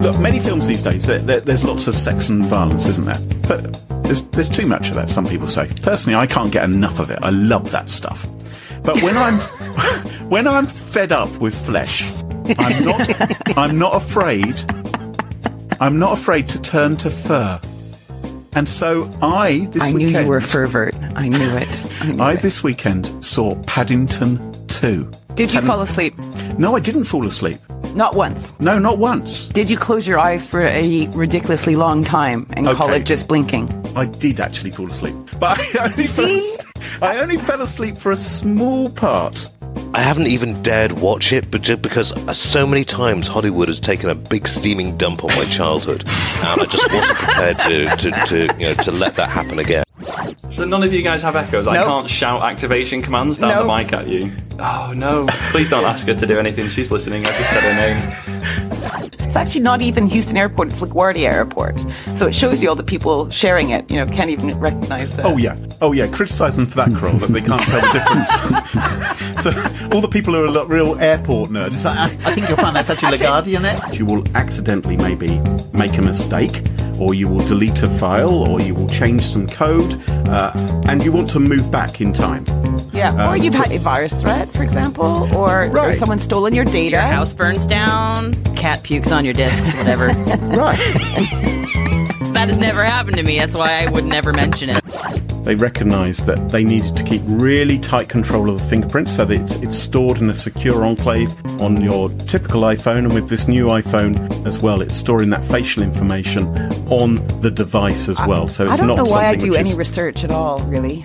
Look, many films these days, there, there, there's lots of sex and violence, isn't there? But there's, there's too much of that, some people say. Personally, I can't get enough of it. I love that stuff. But when I'm when I'm fed up with flesh, I'm not I'm not afraid. I'm not afraid to turn to fur. And so I this I knew weekend you were a fervent. I knew it. I knew I it. this weekend saw Paddington 2. Did you fall asleep? No, I didn't fall asleep. Not once. No, not once. Did you close your eyes for a ridiculously long time and call Okay. it just blinking? I did actually fall asleep, but I only, fell, See? as- I only fell asleep for a small part. I haven't even dared watch it, but ju- because uh, so many times Hollywood has taken a big steaming dump on my childhood, and I just wasn't prepared to, to, to you know to let that happen again. So none of you guys have echoes. I Nope. can't shout activation commands down the Nope. mic at you. Oh no! Please don't ask her to do anything. She's listening. I just said her name. It's actually not even Houston Airport, it's LaGuardia Airport. So it shows you all the people sharing it, you know, can't even recognize that. Oh yeah, oh yeah. Criticise them for that, Kroll, that they can't tell the difference. so all the people who are like real airport nerds, it's like, ah, I, I think you'll find that's actually eh? LaGuardia, isn't it? you will accidentally maybe make a mistake, or you will delete a file, or you will change some code, uh, and you want to move back in time. Yeah. or Um, you've had a virus threat, for example, or, or Right. someone's stolen your data. Your house burns down, cat pukes on your discs, whatever. Right. that has never happened to me. That's why I would never mention it. they recognised that they needed to keep really tight control of the fingerprints so that it's, it's stored in a secure enclave on your typical iPhone. And with this new iPhone as well, it's storing that facial information on the device as well. So it's I don't not know why I something do which any is- research at all, really.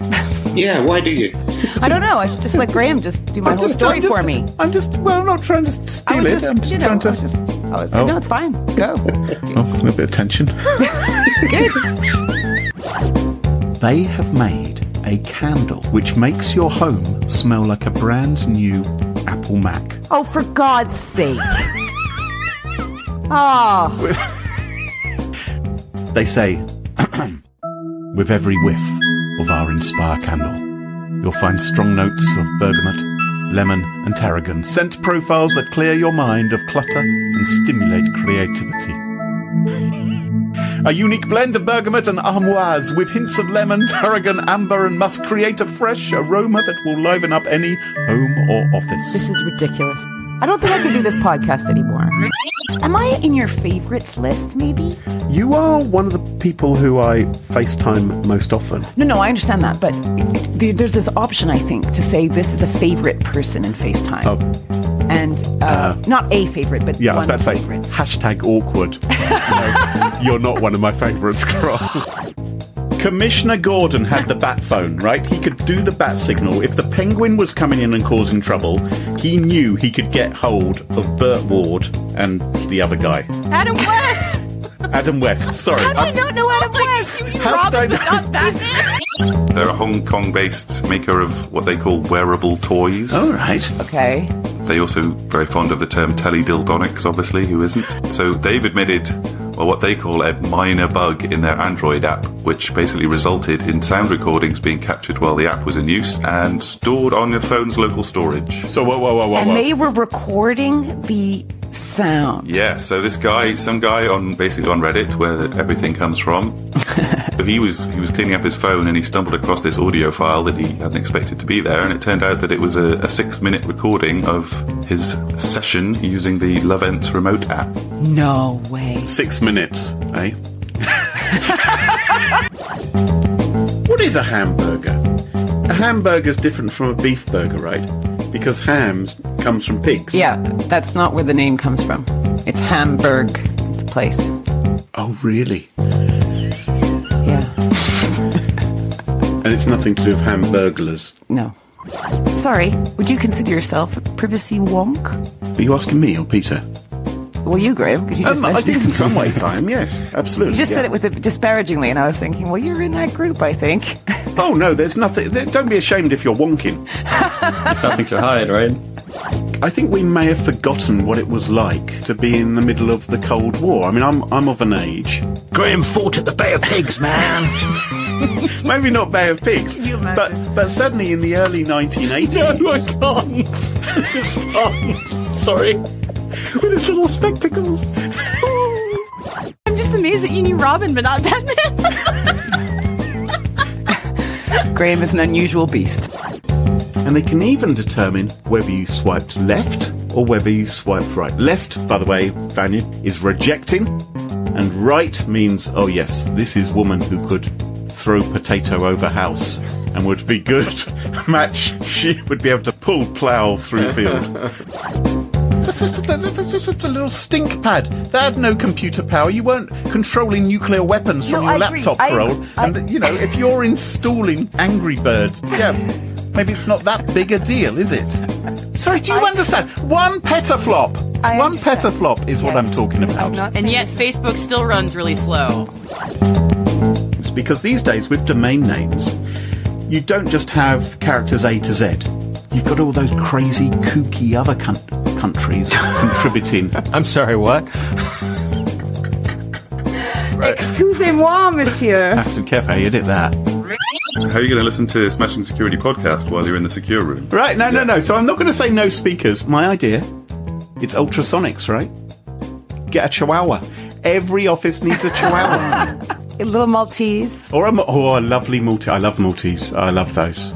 Yeah, why do you? I don't know. I should just let Graham just do my I'm whole just- story I'm just- for me. I'm just, well, I'm not trying to steal I was it. just, I'm just you know, trying to. I was just, I was like, Oh. no, it's fine. Go. Oh, a little bit of tension. They have made a candle which makes your home smell like a brand new Apple Mac. oh, for God's sake. Oh, They say, with every whiff of our Inspire candle, you'll find strong notes of bergamot, lemon, and tarragon, scent profiles that clear your mind of clutter and stimulate creativity. A unique blend of bergamot and armoise with hints of lemon, tarragon, amber, and musk create a fresh aroma that will liven up any home or this office. is ridiculous. I don't think I can do this podcast anymore. Am I in your favorites list, maybe? You are one of the people who I FaceTime most often. No, no, I understand that, but th- there's this option I think to say this is a favorite person in FaceTime, Oh. and uh, not a favorite, but Oh, Yeah, I was one about to say, favorites. hashtag awkward. You know, you're not one of my favourites, Carl. Commissioner Gordon had the bat phone, right? He could do the bat signal. If the penguin was coming in and causing trouble, he knew he could get hold of Burt Ward and the other guy. Adam West! Adam West, sorry. I don't know Adam West! How did I know? They're a Hong Kong based maker of what they call wearable toys. All right. Okay. They also very fond of the term teledildonics, obviously, who isn't? So they've admitted well what they call a minor bug in their Android app, which basically resulted in sound recordings being captured while the app was in use and stored on your phone's local storage. So, whoa, whoa, whoa, whoa, And whoa. they were recording the sound. Yeah, so this guy, some guy on basically on Reddit, where everything comes from, but he was he was cleaning up his phone and he stumbled across this audio file that he hadn't expected to be there, and it turned out that it was a, a six-minute recording of his session using the Lovent's remote app. No way. Six minutes, eh? what is a hamburger? A hamburger's different from a beef burger, right? Because hams comes from pigs. Yeah, that's not where the name comes from. It's Hamburg, the place. Oh, really? Yeah. And it's nothing to do with hamburglers. No. Sorry, would you consider yourself a privacy wonk? Are you asking me or Peter? Well, you, Graham, because you just, Um, I mentioned- think in some ways I am, yes, absolutely. you just yeah. said it with a, disparagingly, and I was thinking, well, you're in that group, I think. Oh, no, there's nothing. There, don't be ashamed if you're wonking. Nothing to hide, right? I think we may have forgotten what it was like to be in the middle of the Cold War. I mean, I'm, I'm of an age. Graham fought at the Bay of Pigs, man. Maybe not Bay of Pigs, but, but certainly in the early 1980s. can't. Just can't. Sorry. With his little spectacles. news that you knew Robin, but not Batman. Graham is an unusual beast. And they can even determine whether you swiped left or whether you swiped right. Left, by the way, Vanya, is rejecting, and right means, oh yes, this is woman who could throw potato over house and would be good match. She would be able to pull plough through field. That's just, a, that's just a little stink pad. They had no computer power. You weren't controlling nuclear weapons from No, your I agree. laptop, I- Parole. and, you know, if you're installing Angry Birds, yeah, maybe it's not that big a deal, is it? Sorry, do you understand? One petaflop. One petaflop is what I'm talking about. and yet, Facebook still runs really slow. It's because these days with domain names, you don't just have characters A to Z. You've got all those crazy, kooky other coun- countries contributing. I'm sorry, what? Excusez-moi, monsieur. After Cafe, edit that. How are you going to listen to Smashing Security podcast while you're in the secure room? Right, no, no, no. So I'm not going to say no speakers. My idea, it's ultrasonics, right? Get a chihuahua. Every office needs a chihuahua. A little Maltese. or a, mo- or a lovely Maltese. I love Maltese. I love those.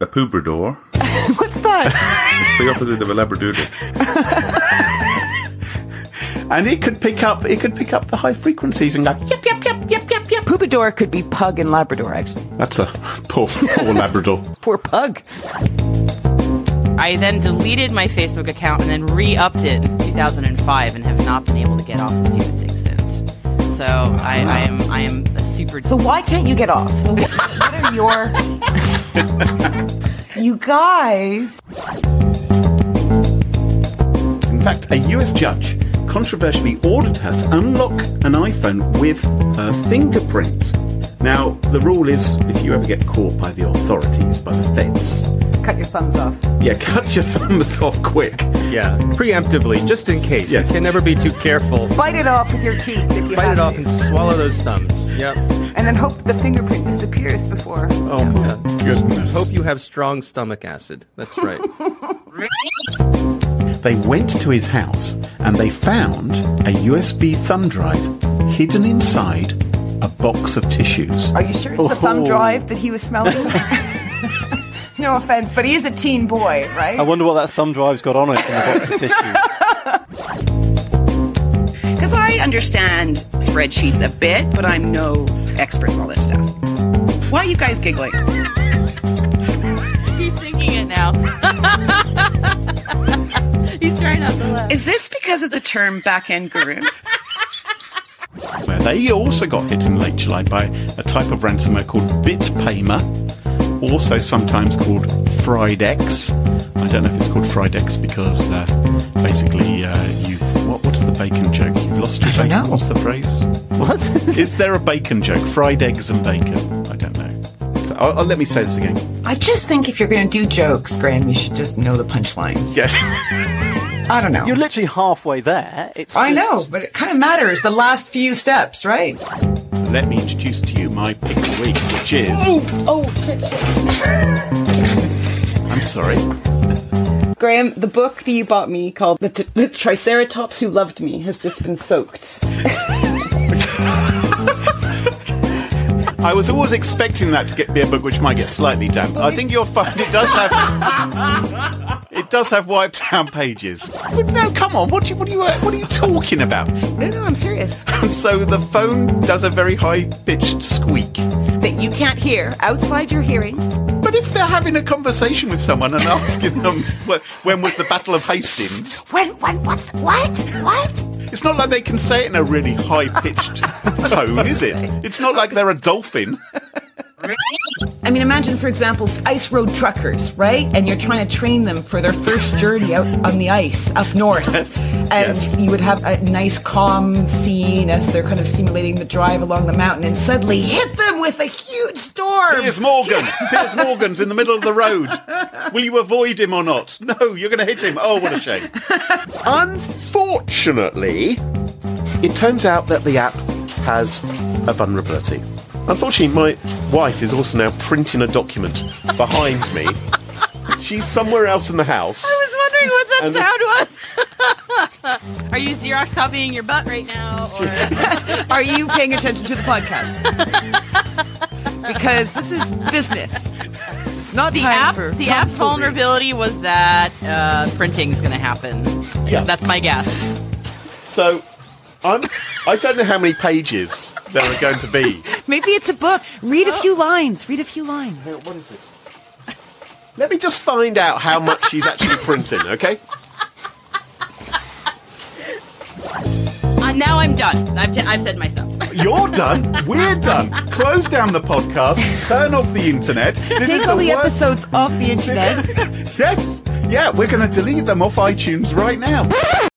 A poobrador. What's that? It's the opposite of a labradoodle. And it could pick up, it could pick up the high frequencies and go, yep, yep, yep, yep, yep, yep. Poobador could be pug and Labrador, actually. That's a poor, poor Labrador. Poor pug. I then deleted my Facebook account and then re-upped it in 2005, and have not been able to get off the stupid thing since. So I, I am I am a super. So why can't you get off? what are your? You guys. In fact, a US judge controversially ordered her to unlock an iPhone with her fingerprint. Now, the rule is if you ever get caught by the authorities, by the feds, Cut your thumbs off. yeah, cut your thumbs off quick. Yeah, preemptively, just in case. Yes. You can never be too careful. Bite it off with your teeth if you Bite have it off to. and swallow those thumbs. Yep. and then hope the fingerprint disappears before. Oh my goodness. Hope you have strong stomach acid. That's right. They went to his house and they found a USB thumb drive hidden inside a box of tissues. Oh, Are you sure It's the Oh. thumb drive that he was smelling. No offense, but he is a teen boy, I right? wonder what that thumb drive's got on it in the box of tissue. Because I understand spreadsheets a bit, but I'm no expert in all this stuff. Why are you guys giggling? He's thinking it now. He's trying not to laugh. Is this because of the term back-end guru? Now, They also got hit in late July by a type of ransomware called BitPaymer, also sometimes called FriedX. I don't know if it's called FriedX because uh, basically uh, you've. What, what's the bacon joke? You've lost your bacon. What's the phrase? What? Is there a bacon joke? Fried eggs and bacon. I don't know. So, I'll, I'll- let me say this again. I just think if you're going to do jokes, Graham, you should just know the punchlines. Yeah. I don't know. You're literally halfway there. It's I know, just- but it kind of matters the last few steps, right? Let me introduce to you my pick of the week, which is. Oh, I'm sorry. Graham, the book that you bought me called the, T- the Triceratops Who Loved Me has just been soaked. I was always expecting that to get be a book which might get slightly damp. I think you'll find it does have it does have wiped down pages. But no, come on, what do you what do you uh, what are you talking about? No, no, I'm serious. And so the phone does a very high pitched squeak. That you can't hear outside your hearing. But if they're having a conversation with someone and asking them "Wh- when was the Battle of Hastings, When, when, what, what, what? it's not like they can say it in a really high pitched tone, is it? It's not like they're a dolphin. I mean, imagine, for example, s- ice road truckers, right? And you're trying to train them for their first journey out on the ice up north. And yes. you would have a nice, calm scene as they're kind of simulating the drive along the mountain, and suddenly hit them with a huge storm. Piers Morgan. Piers Morgan's in the middle of the road. Will you avoid him or not? No, you're going to hit him. Oh, what a shame. Unfortunately, it turns out that the app has a vulnerability. Unfortunately, my wife is also now printing a document behind me. She's somewhere else in the house. I was wondering what that And this- sound was. Are you Xerox copying your butt right now? Or Are you paying attention to the podcast? Because this is business. It's not the time app? for the app vulnerability was that uh, printing's going to happen. Yeah. That's my guess. So, I'm. I don't know how many pages there are going to be. Maybe it's a book. Read a few lines. Read a few lines. What is this? Let me just find out how much she's actually printing. Okay. Uh, now I'm done. I've, t- I've said my stuff. You're done. We're done. Close down the podcast. Turn off the internet. This Take is all the worst- episodes off the internet. yes. Yeah, we're going to delete them off iTunes right now.